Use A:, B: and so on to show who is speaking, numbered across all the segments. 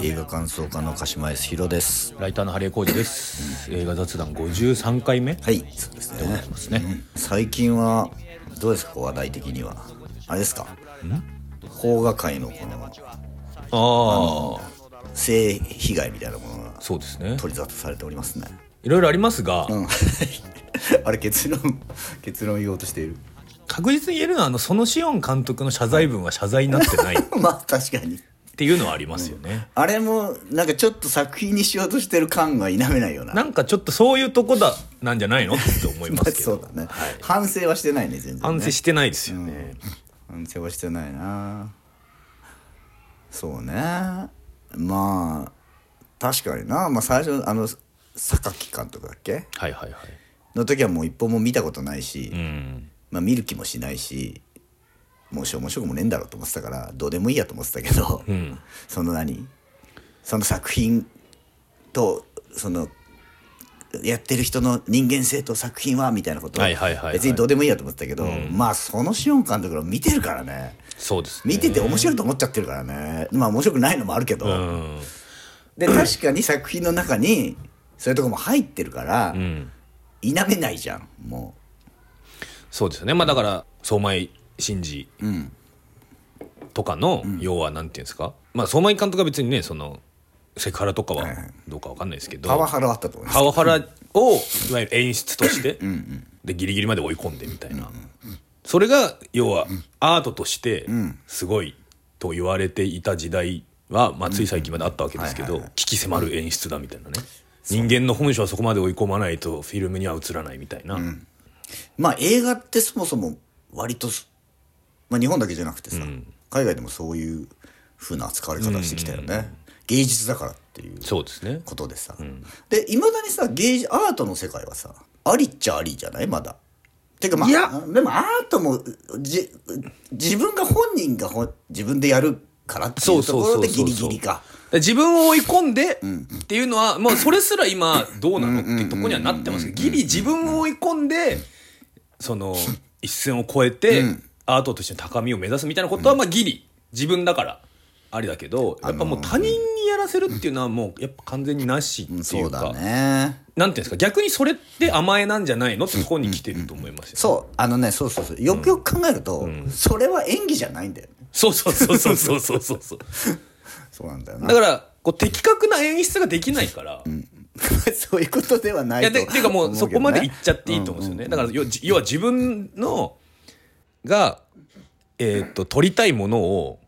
A: 映画感想家の鹿島康弘です
B: ライターのハリエコージです。映画雑談53回目
A: はいそうですね
B: ですね。
A: 最近はどうですか話題的にはあれですか邦画界のこの
B: ああ、
A: 性被害みたいなものが
B: そうですね。
A: 取り沙汰されておりますね
B: いろいろありますが、
A: うん あれ結論 結論言おうとしている
B: 確実に言えるのは、あの、そのシオン監督の謝罪文は謝罪になってないっ
A: まあ確かに
B: ていうのはありますよね。
A: あれもなんかちょっと作品にしようとしてる感が否めないような
B: なんかちょっとそういうとこだ、なんじゃないのって思います け
A: そう
B: ど。
A: だね、反省はしてないね全然ね
B: 反省してないですよね。
A: 反省はしてないなそうねまあ確かにな、まあ、最初あの榊監督だっけ
B: はいはいはい。
A: の時はもう一本も見たことないし、
B: うん。
A: まあ、見る気もしないしもうしょうもしょうもねえんだろうと思ってたからどうでもいいやと思ってたけど、
B: うん。
A: その何その作品とそのやってる人の人間性と作品はみたいなこと
B: はいはいはいはい
A: 別にどうでもいいやと思ってたけど、まあそのシオン監督の見てるからね
B: そうですね。
A: 見てて面白いと思っちゃってるからねまあ面白くないのもあるけど、
B: うん。
A: で確かに作品の中にそういうとこも入ってるから、
B: うん。
A: 否めないじゃんも
B: そうですよね。まあだから、相馬井真司
A: う、うん、
B: とかの、要はなんていうんですか、まあ相馬井監督は別にねそのセクハラとかは
A: はいはい
B: どうかわかんないですけど、
A: パワハラはあったと思います
B: パワハラをいわゆる演出としてでギリギリまで追い込んでみたいな、それが要はアートとしてすごいと言われていた時代は、まあ、つい最近まであったわけですけど、
A: はいはい
B: 危機迫る演出だみたいなね人間の本性はそこまで追い込まないとフィルムには映らないみたいな、
A: まあ映画ってそもそも割とそ、まあ、日本だけじゃなくてさ、海外でもそういう風な扱われ方してきたよね、芸術だからっていう
B: そうですね
A: ことでさ、でいまだにさ芸術アートの世界はさありっちゃありじゃないまだてかまあ
B: いや
A: でもアートもじ自分が本人がほん自分でやるからってい
B: そうう
A: と
B: そう
A: こ
B: そうそ
A: ろ
B: う
A: でギリギリか
B: 自分を追い込んでっていうのは、もうそれすら今どうなのっていうとこにはなってますけどギリ自分を追い込んでその一線を越えてアートとしての高みを目指すみたいなことはまあギリ自分だからあれだけどやっぱもう他人にやらせるっていうのはもうやっぱ完全になし
A: うん
B: ってい
A: そう
B: う
A: だ
B: か。
A: ね
B: なんていうんですか逆にそれって甘えなんじゃないのってとこに来てると思いますよ、
A: そうあのねそうそうそうよくよく考えると、それは演技じゃないんだよね
B: そうそうそうそうそうそうそうそう
A: そうなんだよ
B: だからこう的確な演出ができないから、
A: そういうことではない
B: いや
A: と
B: でていうかもう
A: 思
B: そ
A: けど
B: こ
A: ね
B: まで行っちゃっていいと思うんですよね、だから要じ要は自分のが、えー、と取りたいものを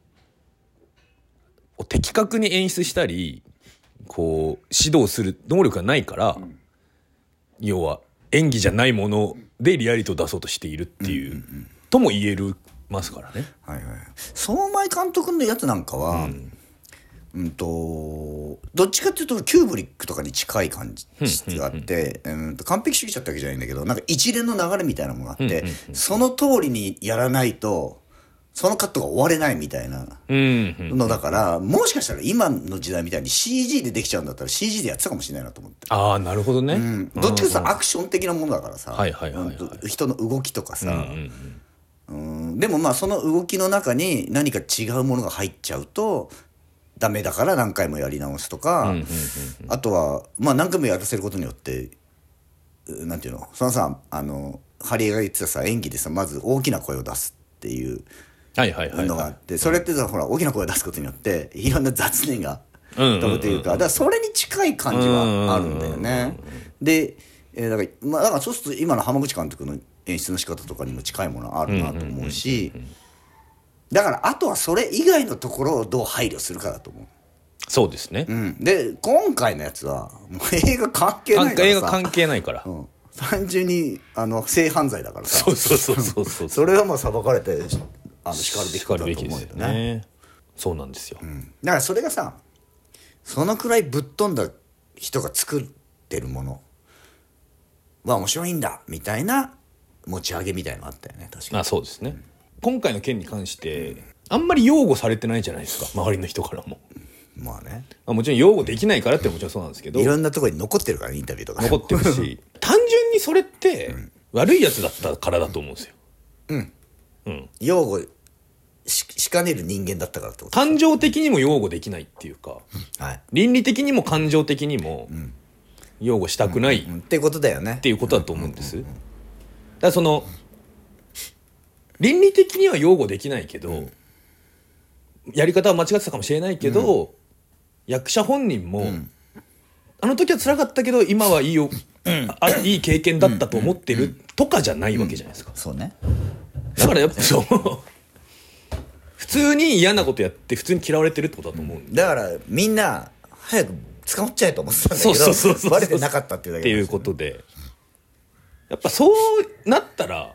B: を的確に演出したりこう指導する能力がないから、要は演技じゃないものでリアリティを出そうとしているっていう,、とも言えるますからね。
A: はいはい、相馬井監督のやつなんかは、うんとどっちかっていうとキューブリックとかに近い感じがあって、うんと完璧主義者ってわけじゃないんだけどなんか一連の流れみたいなものがあって、その通りにやらないとそのカットが終われないみたいな
B: うんうん、
A: のだから、もしかしたら今の時代みたいに CG でできちゃうんだったら CG でやってたかもしれないなと思って。
B: ああなるほどね。
A: うんどっちかっていうとさアクション的なものだからさ
B: はいはいはいはい
A: うんと人の動きとかさ、うんでもまあその動きの中に何か違うものが入っちゃうとダメだから何回もやり直すとか、あとはまあ何回もやらせることによってうなんていうのそのさあのハリエが言ってたさ演技でさまず大きな声を出すっていう
B: はいはいはい
A: のがあ
B: は
A: っ
B: い。
A: てそれってさほら大きな声を出すことによっていろんな雑念が
B: うんうんうんうん
A: 飛ぶというかだからそれに近い感じはあるんだよね。で、えーだからまあだからそうすると今の浜口監督の演出の仕方とかにも近いものあるなと思うしだからあとはそれ以外のところをどう配慮するかだと思う。
B: そうですね。
A: うん、で今回のやつはもう映画関係ない
B: 関
A: か
B: 映
A: ら
B: 画
A: さ、
B: 関係ないから。
A: うん、単純にあの性犯罪だからさ
B: そうそうそうそうそ う。
A: それはもう裁かれてあの叱るべきことだと思うよ
B: よ
A: ね。
B: ね。そうなんですよ。
A: だからそれがさそのくらいぶっ飛んだ人が作ってるものは面白いんだみたいな持ち上げみたいのあったよね確かに
B: あ、そうですね。今回の件に関して、あんまり擁護されてないじゃないですか、周りの人からも。
A: まあね
B: まあ、もちろん擁護できないからってもちろんそうなんですけど
A: い、ろんなところに残ってるからインタビューとか
B: 残って るし、単純にそれって悪いやつだったからだと思うんですよ。
A: 擁護ししかねる人間だったからってこと
B: 感情的にも擁護できないっていうか
A: はい、
B: 倫理的にも感情的にも擁護したくない
A: うん、ってことだよね
B: っていうことだと思うんです。だからその倫理的には擁護できないけど、やり方は間違ってたかもしれないけど、役者本人も、あの時は辛かったけど今はいいよ、あいい経験だったと思ってるとかじゃないわけじゃないですか。
A: そうね
B: だからやっぱそう普通に嫌なことやって普通に嫌われてるってことだと思うんで、
A: だからみんな早く捕まっちゃえと思ってたんだ
B: そうそうそう
A: けど
B: そう
A: バレてなかったっていうだ
B: っ
A: け
B: て
A: なんで
B: いう
A: すよ
B: ことでやっぱそうなった ら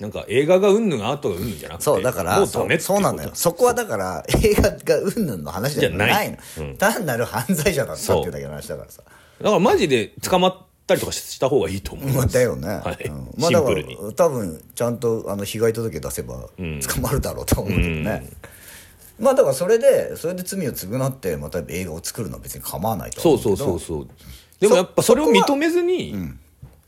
B: なんか映画がうんぬんアートがうんぬんじゃなくて
A: そうだから
B: もうダメってい
A: そう
B: こと
A: そうなんだよそこはだから映画がうんぬんの話じゃないの
B: じゃないうん
A: 単なる犯罪者だったっていうだけの話だからさ
B: だからマジで捕まったりとかした方がいいと思い
A: ま
B: ま
A: あ
B: す
A: だよね、
B: はい
A: うんまあだか
B: シンプルに
A: ら多分ちゃんとあの被害届出せば捕まるだろうとは思うけどね、まあだからそれでそれで罪を償ってまた映画を作るのは別に構わないとは
B: そ
A: 思
B: う
A: うけ
B: そ
A: ど
B: うそうそうでもやっぱそれを認めずに、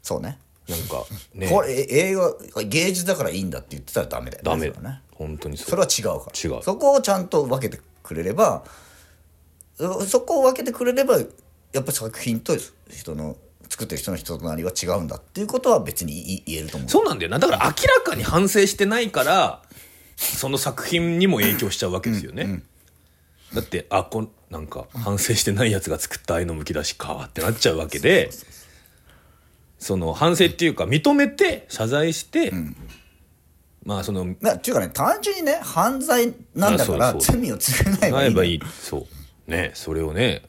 A: そうね
B: なんかね
A: これえ映画芸術だからいいんだって言ってたらダメだよね
B: ダ
A: そ
B: メ
A: れはね
B: 本当にそう
A: それは違うから
B: 違う
A: そこをちゃんと分けてくれればうそこを分けてくれればやっぱ作品と人の作ってる人の人となりは違うんだっていうことは別に言い言えると思う
B: そうなんだよなだから明らかに反省してないからその作品にも影響しちゃうわけですよね、だってあこんなんか反省してないやつが作った愛のむき出しかってなっちゃうわけでその反省っていうか認めて謝罪して、まあその
A: なっていうかね単純にね犯罪なんだから
B: あそうそう
A: 罪を償えばばい
B: なえ
A: いの
B: ば いいそうねそれをね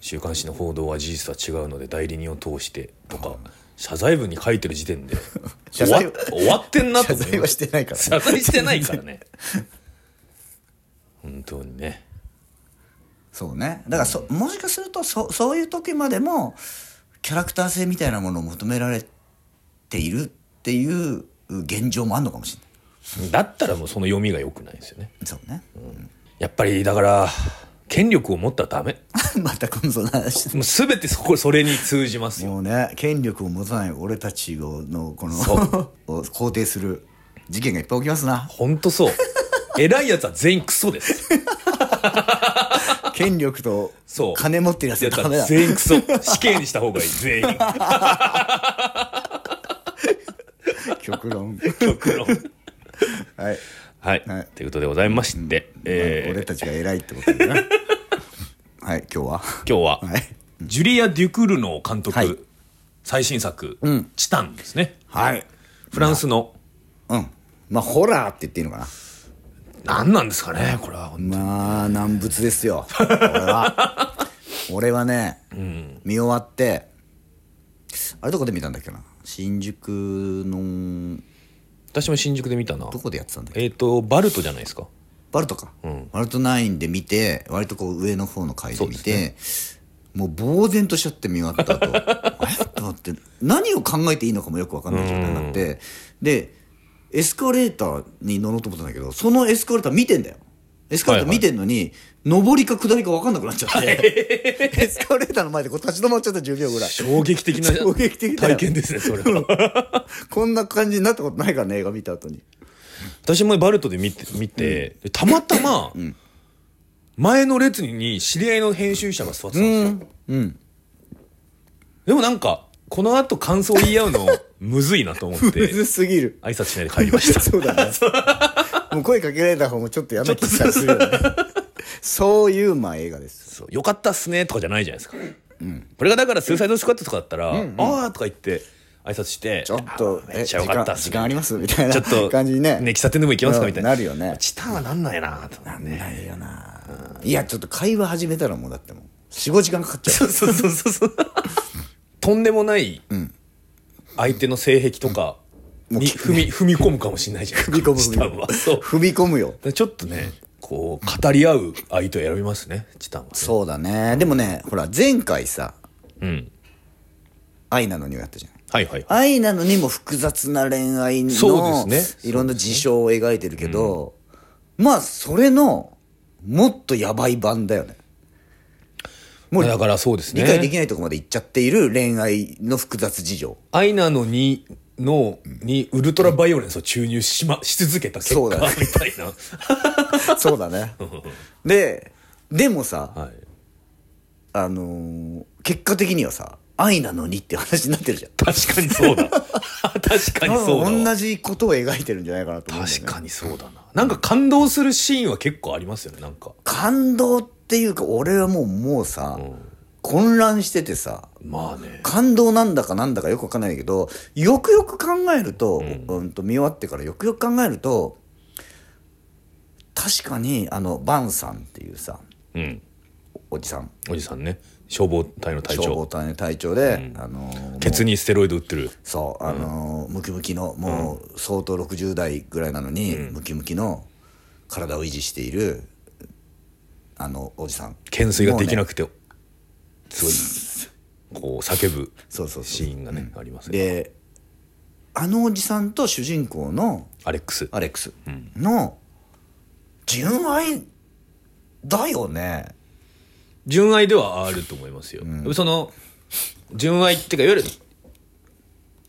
B: 週刊誌の報道は事実は違うので代理人を通してとか謝罪文に書いてる時点で
A: 謝
B: 終
A: 罪
B: わ終わってんなと
A: 謝
B: 思いまし
A: 罪はして
B: た
A: ないからね
B: 謝罪してないからね本当にね
A: そうねだからそもしかするとそそういう時までもキャラクター性みたいなものを求められているっていう現状もあるのかもしれな
B: だったらもうその読みが良くないですよね
A: いそうね、
B: やっぱりだから権力を持ったらダメ
A: またこのその話
B: もう全てそこそれに通じますよ
A: もうね権力を持たない俺たちをのこの
B: そ
A: を肯定する事件がいっぱい起きます な
B: 本当そう偉いやつは全員クソです
A: 権力と
B: そう
A: 金持ってるやつ
B: や
A: は
B: つ
A: ダメ
B: は
A: だ
B: 全員クソ死刑にした方がいい全員
A: 極論
B: 極論
A: はい、
B: はい、
A: はい
B: ということでございまして、えー
A: 俺たちが偉いってことだな はい今日は
B: 今日は、
A: はい
B: ジュリア・デュクルノー監督、
A: はい
B: 最新作「
A: ん
B: チタン」ですね
A: はい
B: フランスの
A: うんまあホラーって言っていいのかな
B: 何なんですかねこれは
A: まあ難物ですよ俺は俺はね、見終わってあれどこで見たんだっけな新宿の
B: 私も新宿で見たな
A: どこでやってたんだっけ
B: えっ、とバルトじゃないですか
A: バルトか、バルト9で見て割とこう上の方の階で見てもう呆然としちゃって見終わった後 えっと思って何を考えていいのかもよく分かんない状態になってでエスカレーターに乗ろうと思ったんだけどそのエスカレーター見てんだよエスカレーター見てんのに、上りか下りか分かんなくなっちゃって、 エスカレーターの前でこう立ち止まっちゃった10秒ぐらい
B: 衝撃的な
A: 衝撃的だよ
B: 体験ですねそれは
A: こんな感じになったことないからね映画見た後に
B: 私もバルトで見て見て、でたまたま、前の列に知り合いの編集者が座ってたんですよ、でもなんかこの後感想言い合うのむずいなと思っ
A: む
B: て
A: ずすぎる
B: 挨拶しないで帰りました
A: そうだ ね。もう声かけられた方もちょっとやめてきたりするよね。 そういうまあ映画です。
B: そうよかったっすねとかじゃないじゃないですか、これがだから「スーサイドスクワット」とかだったら「ああ」とか言って挨拶して「
A: ちょっと
B: あ、ーめ
A: え、
B: っち
A: 時
B: ゃよか
A: 間
B: ったっすね
A: 時間ありますみたい
B: ちょ
A: な
B: っ と
A: 感じにね。
B: 喫茶店でも行きますかみたいな
A: なるよね
B: チタンはなんないなとなんね
A: いいよな。いや、ちょっと会話始めたらもうだってもう、4、5時間かかっちゃう。
B: そうそうそうそうとんでもない相手の性癖とかに踏み 踏み込むかもしれないじゃない
A: 踏み込む
B: チタンはそう
A: 踏み込むよ。
B: でちょっとねこう語り合う相手を選びますねチタンはね
A: そうだね。でもね、ほら、前回さ、
B: うん
A: 愛なのにをやったじゃない。
B: はいはい
A: 愛なのにも複雑な恋愛
B: そ
A: の、
B: うですね
A: いろんな事象を描いてるけど、まあそれのもっとやばい版だよねもう
B: だからそうですね
A: 理解できないところまで行っちゃっている恋愛の複雑事情
B: 愛なのに脳にウルトラバイオレンスを注入し,、ま、し続けた結果
A: そうだね
B: みたいな、
A: そうだねででもさ、
B: はい、
A: あのー結果的にはさ愛なのにって話になってるじゃん
B: 確かにそうだ 確かにそうだ
A: 多分
B: わ
A: 同じことを描いてるんじゃないかなと思うんだよ
B: 確
A: ね
B: かにそうだななんか感動するシーンは結構ありますよねなんか
A: 感動っていうか俺はもうもうさ、
B: ん
A: 混乱しててさ
B: まあね
A: 感動なんだかなんだかよくわかんないけどよくよく考えると,、うん、と見終わってからよくよく考えると確かにあのバンさんっていうさ
B: うん
A: おじさん
B: おじさんね消防隊の隊
A: 消防
B: 長
A: 隊の隊長で、あのーもう
B: ケツにステロイド打ってる
A: そうあのームキムキのもう相当60代ぐらいなのに、ムキムキの体を維持しているあのおじさん
B: 懸垂がで
A: も
B: き
A: うね
B: なくて、すごいこう叫ぶ
A: そうそうそう
B: シーンがねありますね
A: であのおじさんと主人公の
B: アレックス
A: アレックスの純愛だよね
B: 純愛ではあると思いますよ、その純愛っていうかいわゆる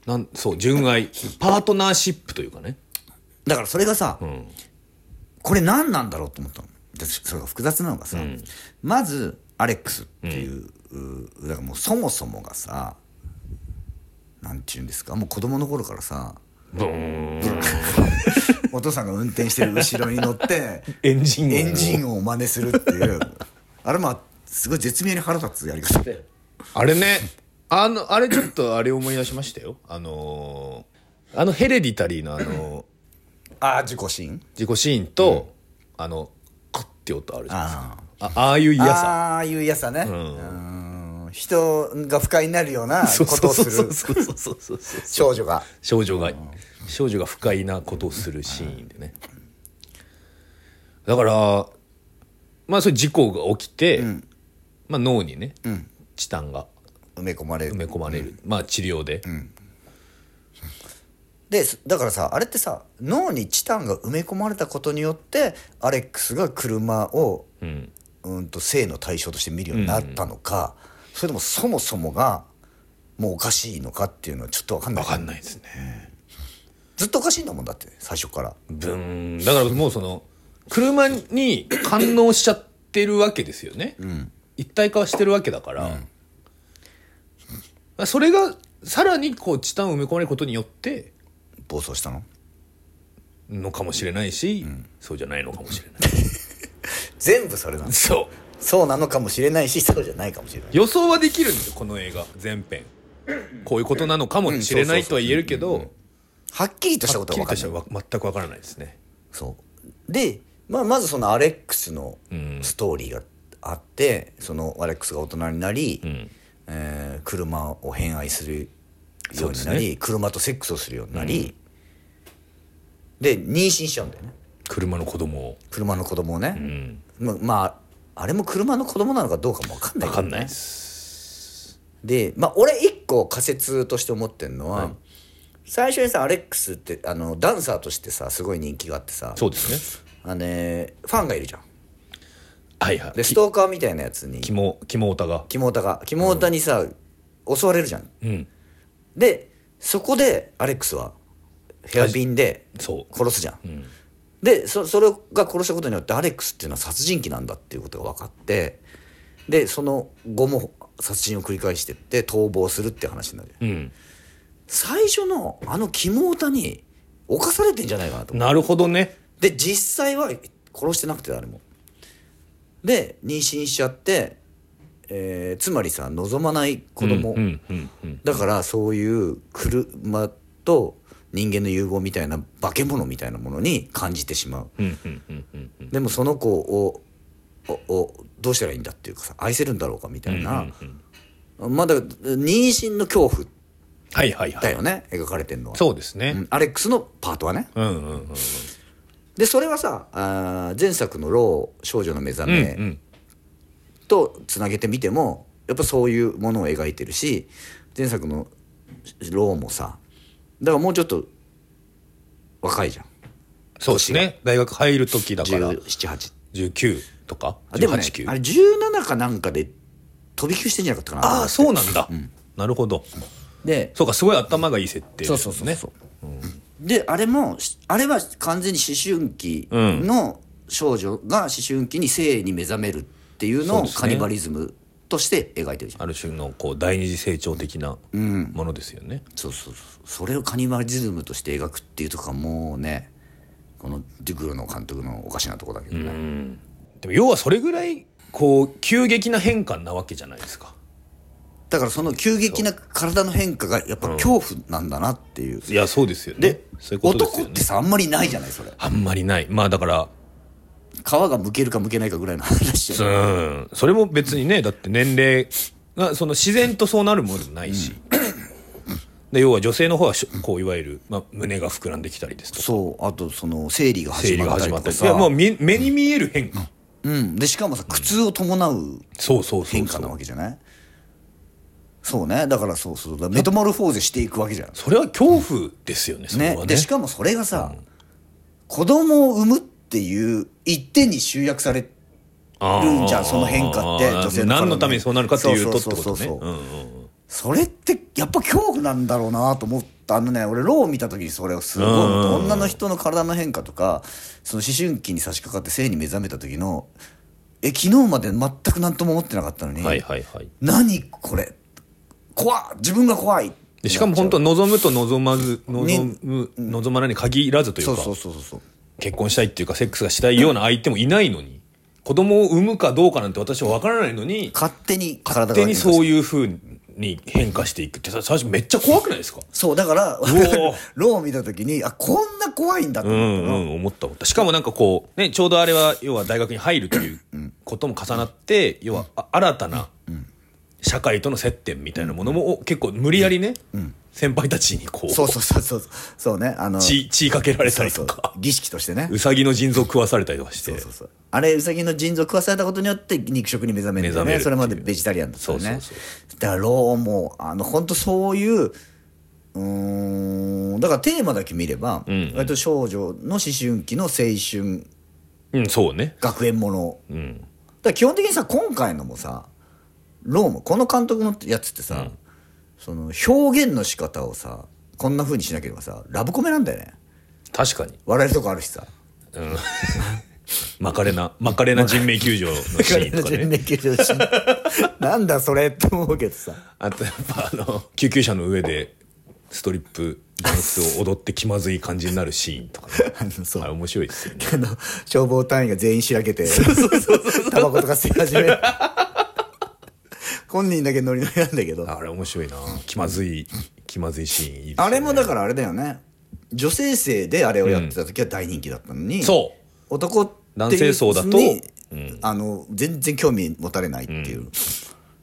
B: なんそう純愛パートナーシップというかね
A: だからそれがさ、
B: ん
A: これ何なんだろうと思ったのでそれが複雑なのがさ、まずアレックスっていう,うー、だからもうそもそもがさなんていうんですかもう子供の頃からさ
B: ブーン
A: お父さんが運転してる後ろに乗って
B: エンジン音を
A: エンジンを真似するっていうあれまあすごい絶妙に腹立つやり方
C: あれねあのあれちょっとあれ思い出しましたよあのーあのヘレディタリーのあの
A: ああ自己心
C: 自己シーンと、あのカッて音あるじゃないですか
A: ああ
C: あああいう嫌さ
A: ああいう嫌さね、うーん人が不快になるようなことをする
B: そうそうそうそうそう
A: 少女が
B: 少女が少女が不快なことをするシーンでねだからまあそういう事故が起きて、まあ、脳にね、チタンが
A: 埋め込まれる
B: 埋め込まれる、まあ治療で、
A: でだからさあれってさ脳にチタンが埋め込まれたことによってアレックスが車を、うん、と性の対象として見るようになったのか、それともそもそもがもうおかしいのかっていうのはちょっと分かんない
B: 分かんないですね
A: ずっとおかしいんだもんだって最初から
B: ブーンだからもうその車に感応しちゃってるわけですよね、一体化はしてるわけだから、それがさらにこうチタンを埋め込まれることによって
A: 暴走したの
B: のかもしれないし、そうじゃないのかもしれない
A: 全部それなの
B: そう
A: そうなのかもしれないしそうじゃないかもしれない
B: 予想はできるんですよこの映画全編こういうことなのかもしれないとは言えるけど
A: はっきりとした
B: は
A: こ
B: っ
A: と
B: き
A: は分か
B: りと
A: ん
B: し
A: な
B: て
A: い
B: は全くわからないですね
A: そうで、まあ、まずそのアレックスのストーリーがあって、そのアレックスが大人になり、えー車を偏愛するように
B: そ
A: な
B: うで
A: り、
B: す
A: 車とセックスをするようになり、で妊娠しちゃうんだよね
B: 車の子供を
A: 車の子供をね、ままああれも車の子供なのかどうかも分かんない
B: わ
A: け
B: か
A: どね
B: んないです
A: で、まあ、俺一個仮説として思ってるのは、最初にさアレックスってあのダンサーとしてさすごい人気があってさ
B: そうですね
A: あのねファンがいるじゃん
B: はいはい
A: でストーカーみたいなやつに
B: 肝肝オタが
A: キモオタがキモオタにさ、襲われるじゃん
B: うん
A: でそこでアレックスはヘアピンで
B: そう
A: 殺すじゃん、でそそれが殺したことによってアレックスっていうのは殺人鬼なんだっていうことが分かってでその後も殺人を繰り返してって逃亡するって話になる
B: うん
A: 最初のあのキモオタに侵されてんじゃないかなと思う
B: なるほどね
A: で実際は殺してなくて誰もで妊娠しちゃって、えーつまりさ望まない子供、
B: うんうんうん
A: だからそういう車と人間の融合みたいな化け物みたいなものに感じてしまう、
B: うんうんうんうんうん
A: でもその子をををどうしたらいいんだっていうかさ愛せるんだろうかみたいな、まだ妊娠の恐怖
B: はいはいは
A: だ
B: い
A: よね描かれてるのは
B: そうです
A: う
B: ね
A: んアレックスのパートはね
B: うんうんうん
A: でそれはさあー前作の「ロー少女の目覚
B: うん
A: め」
B: うん
A: とつなげてみてもやっぱそういうものを描いてるし前作の「ロー」もさだからもうちょっと若いじゃん
B: そうですね大学入る時だから
A: 1718
B: 19とか
A: あでもね
B: 18
A: あ
B: 9
A: れ17かなんかで飛び級してんじゃなかったかな
B: ああそうなんだなるほど
A: で
B: そうかすごい頭がいい設定
A: そう
B: です
A: そ
B: ね
A: うそうそう、であれもしあれは完全に思春期の少女が思春期に性に目覚めるっていうの
B: そう
A: を
B: ですね
A: カニバリズムとして描いてるじゃん
B: ある種のこう第二次成長的なものですよね、
A: そうそうそうそれをカニバリズムとして描くっていうとこがもうねこのデュクロの監督のおかしなとこだけどね、
B: でも要はそれぐらいこう急激な変化なわけじゃないですか
A: だからその急激な体の変化がやっぱ恐怖なんだなっていう、
B: いやそうですよね
A: で
B: そういうことです
A: 男
B: よ
A: っ
B: ね
A: てさあんまりないじゃないそれ
B: あんまりないまあだから
A: 皮がむけるかむけないかぐらいの話じゃん
B: うんそれも別にねだって年齢がその自然とそうなるものでもな いし、で要は女性の方はしょこういわゆる、まあ、胸が膨らんできたりですとか
A: そうあとその生理が
B: 生
A: 始
B: 理が
A: まった
B: 始
A: り
B: ま
A: とか
B: ったり
A: さ
B: いやもう見目に見える変化、
A: うん、でしかもさ苦痛を伴う
B: そうそうそう
A: 変
B: そ
A: 化
B: う
A: なわけじゃないそうねだからそうそうだからメタモルフォーゼしていくわけじゃん
B: それは恐怖ですよね、それ
A: ね
B: はね
A: でしかもそれがさ、子供を産むっていう一点に集約されるんじゃ
B: あー
A: んその変化って
B: あー
A: 女性の体
B: 何のためにそうなるかっていうとって
A: そ
B: こ
A: そ
B: と
A: うそう
B: ね
A: そう
B: うん
A: それってやっぱ恐怖なんだろうなと思ったあのね俺ローを見た時にそれをすごい思った女の人の体の変化とかその思春期に差し掛かって性に目覚めた時のえ昨日まで全く何とも思ってなかったのに、
B: うんはいはいはい
A: 何これ怖っ自分が怖い
B: でしかも本当望むと望まず望む、望まないに限らずという
A: そ
B: か
A: うそうそうそうそう
B: 結婚したいっていうかセックスがしたいような相手もいないのに子供を産むかどうかなんて私は分からないのに
A: 勝手に体が
B: 勝手にそう
A: う
B: いうふうに変化していくってさ最初めっちゃ怖くないですか
A: そうだから
B: おー
A: ローを見た時にあこんな怖いんだと
B: う
A: 思っ
B: ん
A: た
B: う
A: の、
B: ん思った思ったしかもなんかこうねちょうどあれは要は大学に入るということも重なって要はあ新たな社会との接点みたいなものもお結構無理やりね先輩たちにこ
A: そう
B: う
A: そうそうそうそうねあの
B: 血血かけられた
A: そう
B: り
A: そ
B: と
A: う
B: か
A: 儀式としてね
B: うさぎの腎臓食わされたりとかして
A: そうそうそうあれウサギの腎臓食わされたことによって肉食に目覚めるんだよ
B: 目覚める
A: ね
B: っていう
A: それまでベジタリアンだったよね
B: そうそう
A: だからローもあの本当そういううーんだからテーマだけ見れば、割と少女の思春期の青春
B: うんそうね
A: 学園もの
B: うん
A: だから基本的にさ今回のもさローもこの監督のやつってさ、その表現の仕方をさこんな風にしなければさラブコメなんだよね
B: 確かに
A: 笑えるとこあるしさ
B: マカレナマカレナ人命救助のシーンとか
A: 全
B: ね
A: 然緊張しない なんだそれって思うけどさ
B: あとやっぱあの救急車の上でストリップダンスを踊って気まずい感じになるシーンとか ね
A: あのそう
B: あれ面白いですよね
A: あの消防隊員が全員しらけてタバコとか吸い始める本人だけノリノリなんだけど
B: あれ面白いな気まずい気まずいシーンいいですよね
A: あれもだからあれだよね女性性であれをやってた時は大人気だったのに、
B: そう
A: 男っていう
B: 男性層だと
A: にあの全然興味持たれないっていう、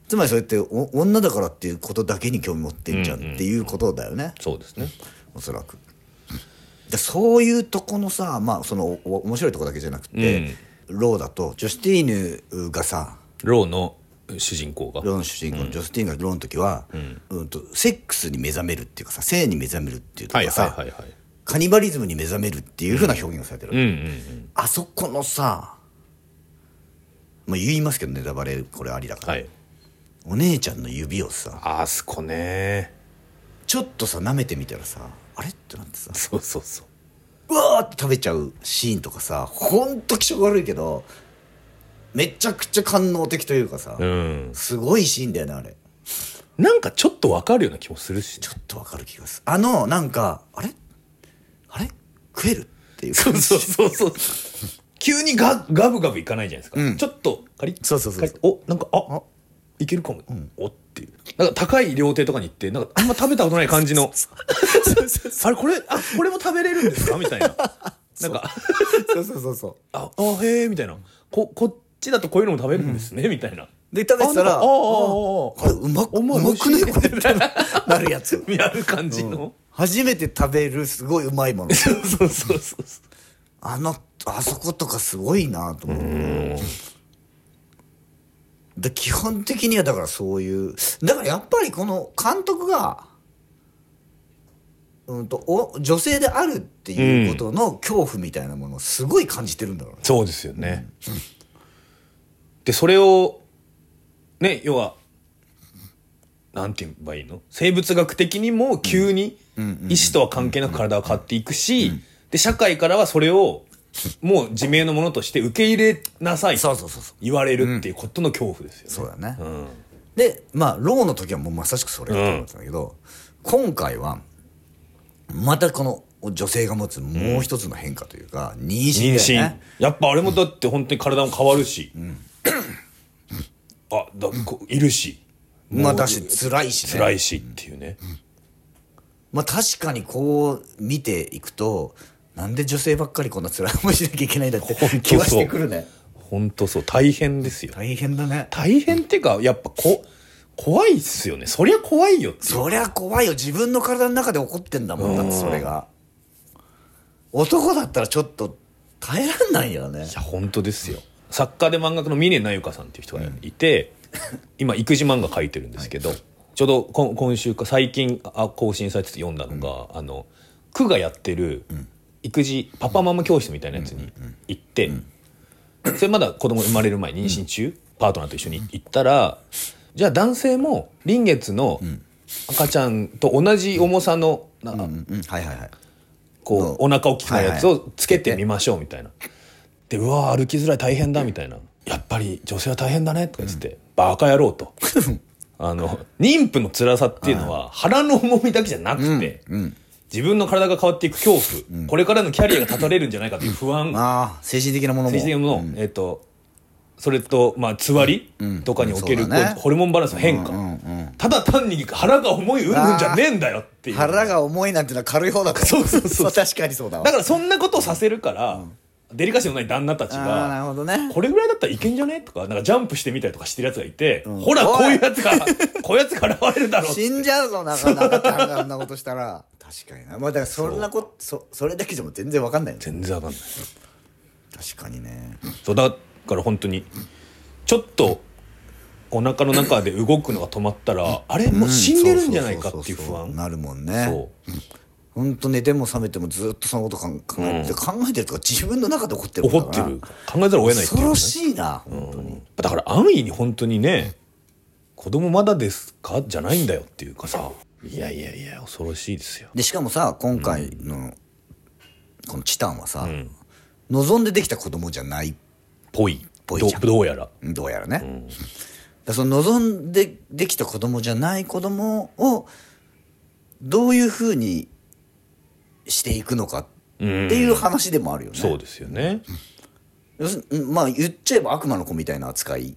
A: つまりそれってお女だからっていうことだけに興味持ってんじゃんっていうことだよね、
B: そうですね
A: おそらくでそういうとこのさまあそのおお面白いとこだけじゃなくて、ローだとジョスティーヌがさ
B: ローの主人公が
A: ローの主人公のジョスティーヌがローの時は、うんとセックスに目覚めるっていうかさ性に目覚めるっていうと
B: はい
A: か
B: は
A: さ、
B: いはいはい
A: カニバリズムに目覚めるっていうふうな表現をされてる、
B: うんうんうん
A: あそこのさまあ言いますけどネタバレこれありだから、
B: はい
A: お姉ちゃんの指をさ
B: あそこね
A: ちょっとさ舐めてみたらさあれってなってさ
B: そうそうそう
A: うわーって食べちゃうシーンとかさほんと気色悪いけどめちゃくちゃ官能的というかさ、
B: うん
A: すごいシーンだよねあれ
B: なんかちょっとわかるような気もするし
A: ちょっとわかる気がするあのなんかあれあれ食えるっていう
B: そ
A: 感
B: う
A: じ
B: そうそうそう。急にガガブガブいかないじゃないですか。ちょっとカリッ
A: そうそうそう
B: カリッおなんかあいけるかも、おっていう。なんか高い料亭とかに行ってなんかあんま食べたことない感 じのあれこれあこれも食べれるんですかみたいな。なんか
A: そうそうそうそう
B: ああへえみたいな。ここっちだとこういうのも食べるんですね、みたいな。
A: で食べてたら
B: あなんかああ
A: あれうまうまくねこれってなるやつ
B: ああああ。やる感じの。
A: 初めて食べるすごいうまいもの
B: そうそうそうそ
A: あのあそことかすごいなと思うで基本的にはだからそういうだからやっぱりこの監督が、うん、とお女性であるっていうことの恐怖みたいなものをすごい感じてるんだろうね
B: う。そうですよね。でそれをね要はなんて言えばいいの生物学的にも急に意思とは関係なく体は変わっていくし、で社会からはそれをもう自明のものとして受け入れなさい
A: そ
B: と
A: うそうそうそう
B: 言われるっていうことの恐怖ですよね。
A: そうだね、
B: ん
A: でまあローの時はもうまさしくそれだと思ってたんだけど、今回はまたこの女性が持つもう一つの変化というか、妊
B: 妊
A: 娠だよ
B: 娠
A: ね
B: やっぱあれもだって本当に体も変わるし、あだこいるし
A: まあだし辛いしね
B: 辛いしっていうね、
A: まあ確かにこう見ていくとなんで女性ばっかりこんな辛い思いしなきゃいけないんだって
B: 本当そう
A: 気はしてくるね
B: 本当そう大変ですよ
A: 大変だね
B: 大変っていうかやっぱこ怖いっすよねそりゃ怖いよって
A: そりゃ怖いよ自分の体の中で起こってんだもんだってそれが男だったらちょっと耐えらんないよね
B: いや本当ですよ作家で漫画家の峰那由香さんっていう人がい て、今育児漫画書いてるんですけど、ちょうどこん今週か最近あ更新されてて読んだのが、あの区がやってる育児パパママ教室みたいなやつに行って、それまだ子供生まれる前妊娠中、パートナーと一緒に行ったらじゃあ男性も臨月の赤ちゃんと同じ重さの、な
A: うんうんはいはいはい
B: こうお腹大きくなるやつ
A: はい
B: をつけてみましょうみたいな。でうわー歩きづらい大変だみたいなやっぱり女性は大変だねとか言ってて、バカ野 郎とあの妊婦の辛さっていうのは腹の重みだけじゃなくて、自分の体が変わっていく恐怖、これからのキャリアが断たれるんじゃないかという不安
A: ああ精神的なものも
B: 精神的なもの、えっとそれと、まあ、つわりとかにおける、
A: うんそうだね
B: こうホルモンバランスの変化、ただ単に腹が重いうんうんじゃねえんだよっていう
A: 腹が重いなんてのは軽い方だからそうそうそう 確かにそうだわ
B: だからそんなことをさせるから、デリカシーのない旦那たち
A: あーなる
B: が、
A: ほどね
B: これぐらいだったらいけんじゃねとか、なんかジャンプしてみたりとかしてるやつがいて、ほら、
A: おい
B: こういうや つが、こういうやつが現れるだろうって
A: 死んじゃうぞなかな かあんなことしたら確かになまあだからそんなことそそれだけじゃもう全然わかんないよね
B: 全然わかんない。
A: 確かにね
B: そう、だから本当に、ちょっと、お腹の中で動くのが止まったら、あれもう死んでるんじゃないかっていう
A: そ
B: 不
A: そそそ
B: 安。
A: なるもんね
B: そう
A: ほんと寝ても覚めてもずっとそのこと考えて、考えてるとか自分の中で起こってる
B: 怒
A: こ
B: っ
A: と
B: て
A: だから
B: る。考えざるを得ないって
A: 恐
B: いうかね、
A: ろしいな、本当に
B: うんだから安易に本当にね子供まだですかじゃないんだよっていうかさいやいやいや恐ろしいですよ
A: でしかもさ今回の、この「チタン」はさ、望んでできた子供じゃない
B: ぽい
A: ぽいじゃん
B: どどうやら
A: どうやらね、だからその望んでできた子供じゃない子供をどういうふうにしていくのかっていう話でもあるよね、
B: そうですよね
A: 要するにまあ言っちゃえば悪魔の子みたいな扱い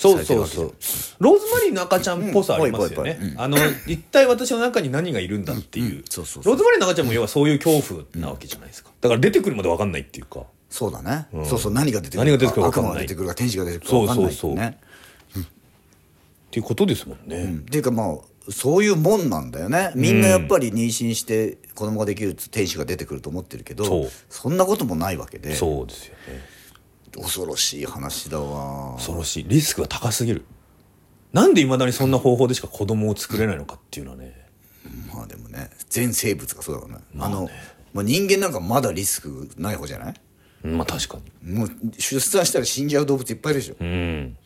B: そうそうそうローズマリーの赤ちゃんっぽさありますよ
A: うん
B: ね
A: ぽいぽい
B: あの一体私の中に何がいるんだっていうロ
A: そうそうそう
B: ーズマリーの赤ちゃんも要はそういう恐怖なわけじゃないですかだから出てくるまで分かんないっていうか
A: そうだね、そうそう何が出てく
B: 何が
A: る
B: 出
A: か
B: てくるか分か
A: 悪魔
B: んない
A: が出てくるか天使が出てくるか分かんないよね
B: そうそうそうっていうことですもんね
A: っていうかまあそういうもんなんだよねみんなやっぱり妊娠して子供ができると天使が出てくると思ってるけど、
B: そう
A: そんなこともないわけで
B: そうですよね
A: 恐ろしい話だわ
B: 恐ろしいリスクが高すぎるなんでいまだにそんな方法でしか子供を作れないのかっていうのはね
A: まあでもね全生物がそうだからね,、あのまあ、人間なんかまだリスクない方じゃない
B: まあ確かに
A: もう出産したら死んじゃう動物いっぱいいるでしょ、
B: うん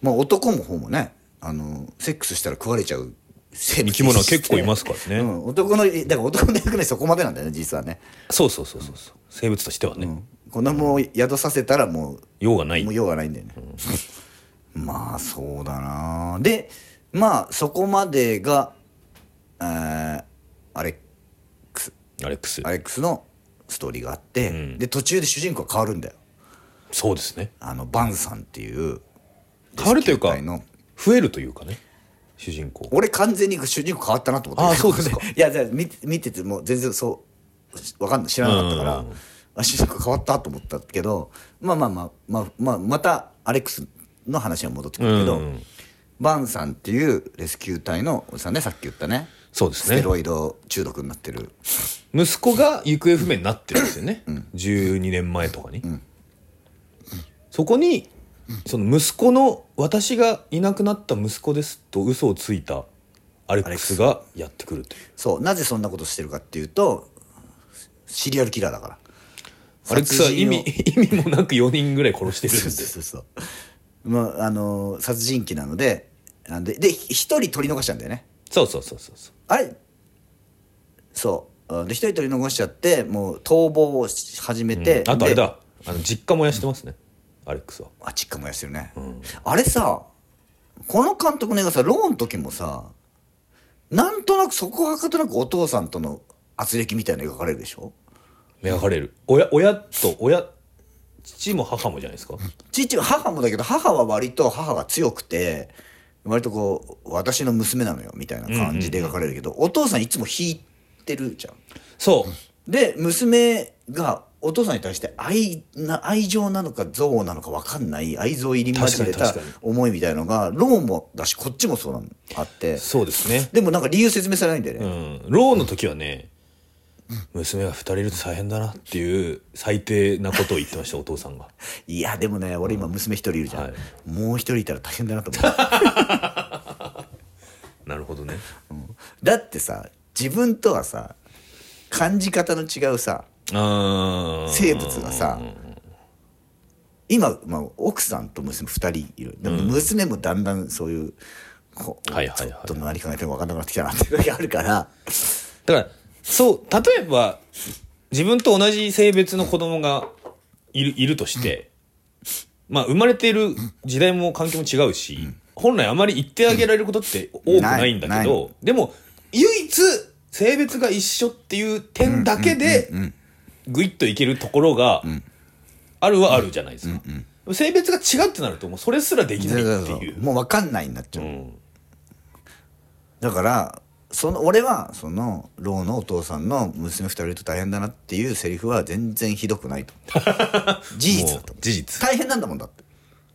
A: まあ男も方もねあのセックスしたら食われちゃう生
B: 生き物は結構いますからね、
A: うん、男のだから男の役目そこまでなんだよね実はね、
B: そうそうそうそうそう生物としてはね、
A: うん、子供を宿させたらもう
B: 用がない
A: もう用がないんだよね、 まあそうだなでまあそこまでが、えーアレックス
B: アレックス
A: アレックスのストーリーがあって、
B: ん
A: で途中で主人公が変わるんだよ
B: そうですね
A: あのバンさんっていう
B: 変わるというか
A: レスキュー隊の
B: 増えるというかね主人公
A: 俺完全に主人公変わったなと思って
B: あそうですか
A: いやじゃあ見て見ててもう全然そうわかんない知らなかったから、
B: うんうん
A: あ主人公変わったと思ったけどまあまあまあまあ、まあ、またアレックスの話は戻ってくるけど、
B: うんうん
A: バンさんっていうレスキュー隊のおじさんねさっき言ったね
B: そうです
A: ス
B: ね
A: テロイド中毒になってる
B: 息子が行方不明になってるんですよね、12年前とかに、そこにその息子の私がいなくなった息子ですと嘘をついたアレックスがやってくるという
A: そうなぜそんなことしてるかっていうとシリアルキラーだから
B: アレックスは意味
A: 殺人を
B: 意味もなく4人ぐらい殺してるんで
A: そうそうそうそうまああのー殺人鬼なのでなんでで一人取り逃しちゃうんだよね
B: そうそうそうそうそう
A: あれそううんで一人取り逃しちゃってもう逃亡をし始めて、
B: あとあれ
A: で
B: だあの実家燃やしてますね、アレックスは
A: あ実家燃やしてるね、あれさこの監督の映画さローの時もさなんとなくそこはかとなくお父さんとの圧力みたいなの描かれるでしょ
B: 目が腫れる親親と親父も母もじゃないですか
A: 父母もだけど母は割と母が強くて割とこう私の娘なのよみたいな感じで描かれるけど、お父さんいつも引いてるじゃん
B: そう
A: で娘がお父さんに対して愛な愛情なのか憎悪なのか分かんない愛憎入り混じれた
B: 確かに確
A: 思いみたいのがローンもだしこっちもそうなのあって
B: そうですね
A: でもなんか理由説明されないんだよ
B: う
A: ね、
B: んローの時はね娘が2人いると大変だなっていう最低なことを言ってましたお父さんが
A: いやでもね俺今娘一人いるじゃん、
B: はい
A: もう一人いたら大変だなと思う
B: なるほどね
A: だってさ自分とはさ感じ方の違うさ
B: あー
A: 生物がさ今、まあ、奥さんと娘2人いるでも娘もだんだんそういう、こう
B: はいはいはい
A: ちょっと何考えても分かんなくなってきたなっていう時あるから
B: だからそう例えば自分と同じ性別の子供がいるいるとして、まあ生まれている時代も環境も違うし、本来あまり言ってあげられることって多くないんだけ
A: な
B: ど、でも唯一性別が一緒っていう点だけでグイッといけるところがあるはあるじゃないですか。性別が違うってなるともうそれすらできないっ
A: そ
B: て
A: うそう
B: い
A: そう
B: う。
A: もう分かんないになっちゃう、
B: うん
A: だからその俺はそのローのお父さんの娘2人いると大変だなっていうセリフは全然ひどく ないと思う事実だと思
B: もう事実。
A: う大変なんだもんだって
B: だか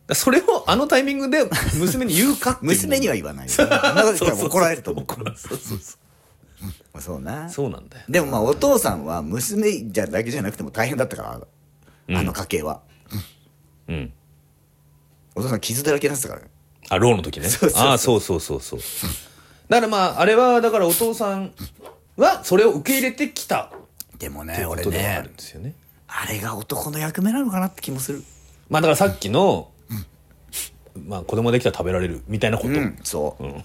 B: らそれをあのタイミングで娘に言うかっ ていう
A: 娘には言わ ないよ、そんなこと言ったら怒られると思う
B: 怒らそうそうそ
A: そうな
B: うそうなんだよ
A: でもまあお父さんは娘じゃだけじゃなくても大変だったから、あの家系は
B: うん
A: お父さん傷だらけだったからね
B: あローの時ね
A: そうそうそう
B: ああそうそうそうそうだからまああれはだからお父さんはそれを受け入れてきた
A: でも
B: って
A: ね
B: こ
A: 俺
B: とではあ
A: ね
B: るんですよね
A: あれが男の役目なのかなって気もする
B: まあだからさっきの、まあ子供できたら食べられるみたいなこと、
A: うんそう、っ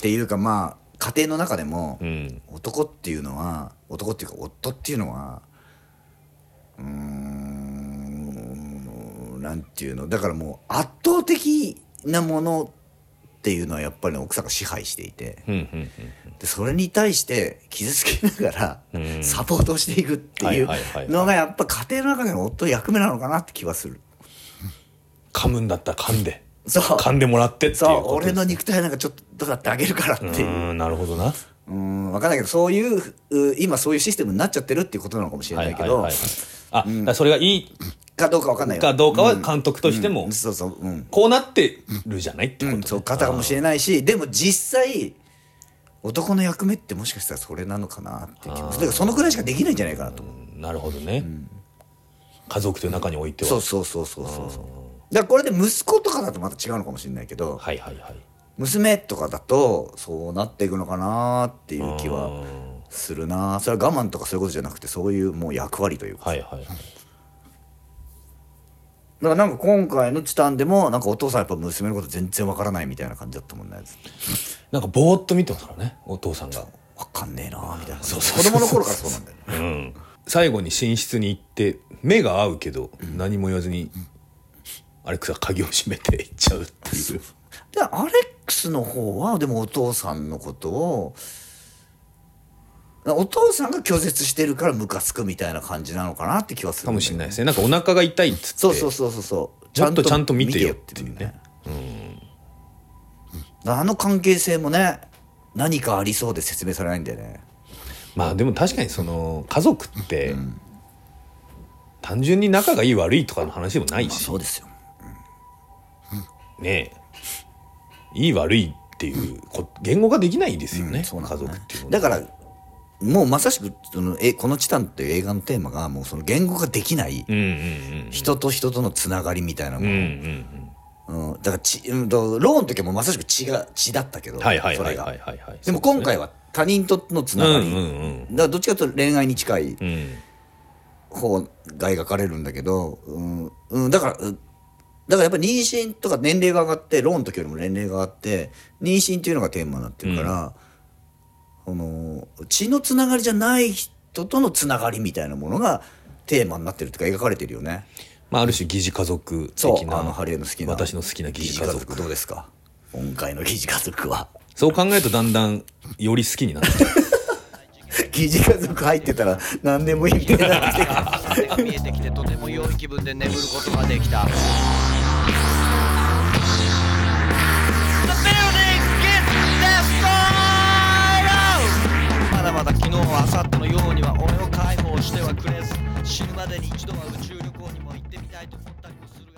A: ていうかまあ家庭の中でも、
B: ん
A: 男っていうのは男っていうか夫っていうのはうーんなんていうのだからもう圧倒的なものっていうのはやっぱりね奥さんが支配していて、
B: うんうん
A: でそれに対して傷つけながらサポートしていくっていう
B: はいはいはいはい
A: のがやっぱ家庭の中での夫の役目なのかなって気はする。
B: 噛むんだったら噛んで
A: そう
B: 噛んでもらってっていう
A: そう
B: こと
A: 俺の肉体なんかちょっとだってあげるからっていう
B: うーんなるほどな
A: うん分かんないけどそういうう今そういうシステムになっちゃってるっていうことなのかもしれないけど
B: あ、だからそれがいい
A: かどうか分かんないよ
B: かどうかは監督としても、
A: うんそうそううん、
B: こうなってるじゃないってこ
A: うん、
B: と、
A: そう方かもしれないしでも実際男の役目ってもしかしたらそれなのかなっていう気もするだからそのくらいしかできないんじゃないかなと思う
B: うんなるほどね、家族という中においては
A: そうそうそうそうそうそうだからこれで息子とかだとまた違うのかもしれないけど
B: はいはいはい
A: 娘とかだとそうなっていくのかなっていう気はするなそれは我慢とかそういうことじゃなくてそういうもう役割というか
B: はいはい
A: だからなんか今回の「チタン」でもなんかお父さんやっぱ娘のこと全然わからないみたいな感じだったもんね
B: なんかぼーっと見てますからねお父さんが、
A: わかんねえなみたいな
B: そうそう
A: 子供の頃からそうなんだよね
B: うん、最後に寝室に行って目が合うけど何も言わずに、アレクサ鍵を閉めて行っちゃうっていう
A: でアレックスの方はでもお父さんのことをお父さんが拒絶してるからムカつくみたいな感じなのかなって気はする
B: かもしれない
A: い
B: ですねなんかお腹が痛いっつって
A: そうそうそうそうそう
B: もっとちゃんと見てよっていうね
A: 見てようんあの関係性もね何かありそうで説明されないんだよね
B: まあでも確かにその家族って、単純に仲がいい悪いとかの話でもないし
A: そうですよ
B: ねえいい悪いっていうこ言語ができないですよね、
A: そうなん
B: 家
A: だね
B: 族っていうのは
A: だからもうまさしくそのえこの「チタン」っていう映画のテーマがもうその言語ができない、
B: うんうん
A: 人と人とのつながりみたいなも
B: うんうんう
A: の、
B: ん
A: うんだからち、うんと、ローンの時はもうまさしく血が血だったけど、
B: はいはい
A: そ
B: は
A: れ
B: いはい
A: が
B: はいはい
A: でも今回は他人とのつ
B: う
A: なが
B: んう
A: り、
B: ん
A: だからどっちかというと恋愛に近い
B: うんうん
A: 方が描かれるんだけど、うんうん、だからうだからやっぱり妊娠とか年齢が上がってローンの時よりも年齢が上がって妊娠っていうのがテーマになってるから、この血のつながりじゃない人とのつながりみたいなものがテーマになってるっていうか描かれてるよね。
B: まあ、ある種疑似家族
A: そう
B: 的な
A: あのハリエの好きな
B: 私の好きな疑似家族
A: どうですか今回の疑似家族は
B: そう考えるとだんだんより好きになってきた
A: 疑似家族入ってたら何でもいいみたいになってくる
D: 夢が見えてきてとても良い気分で眠ることができた The building gets that fire! まだまだ昨日は明後日のようには俺を解放してはくれず死ぬまでに一度は宇宙旅行にも行ってみたいと思ったりもする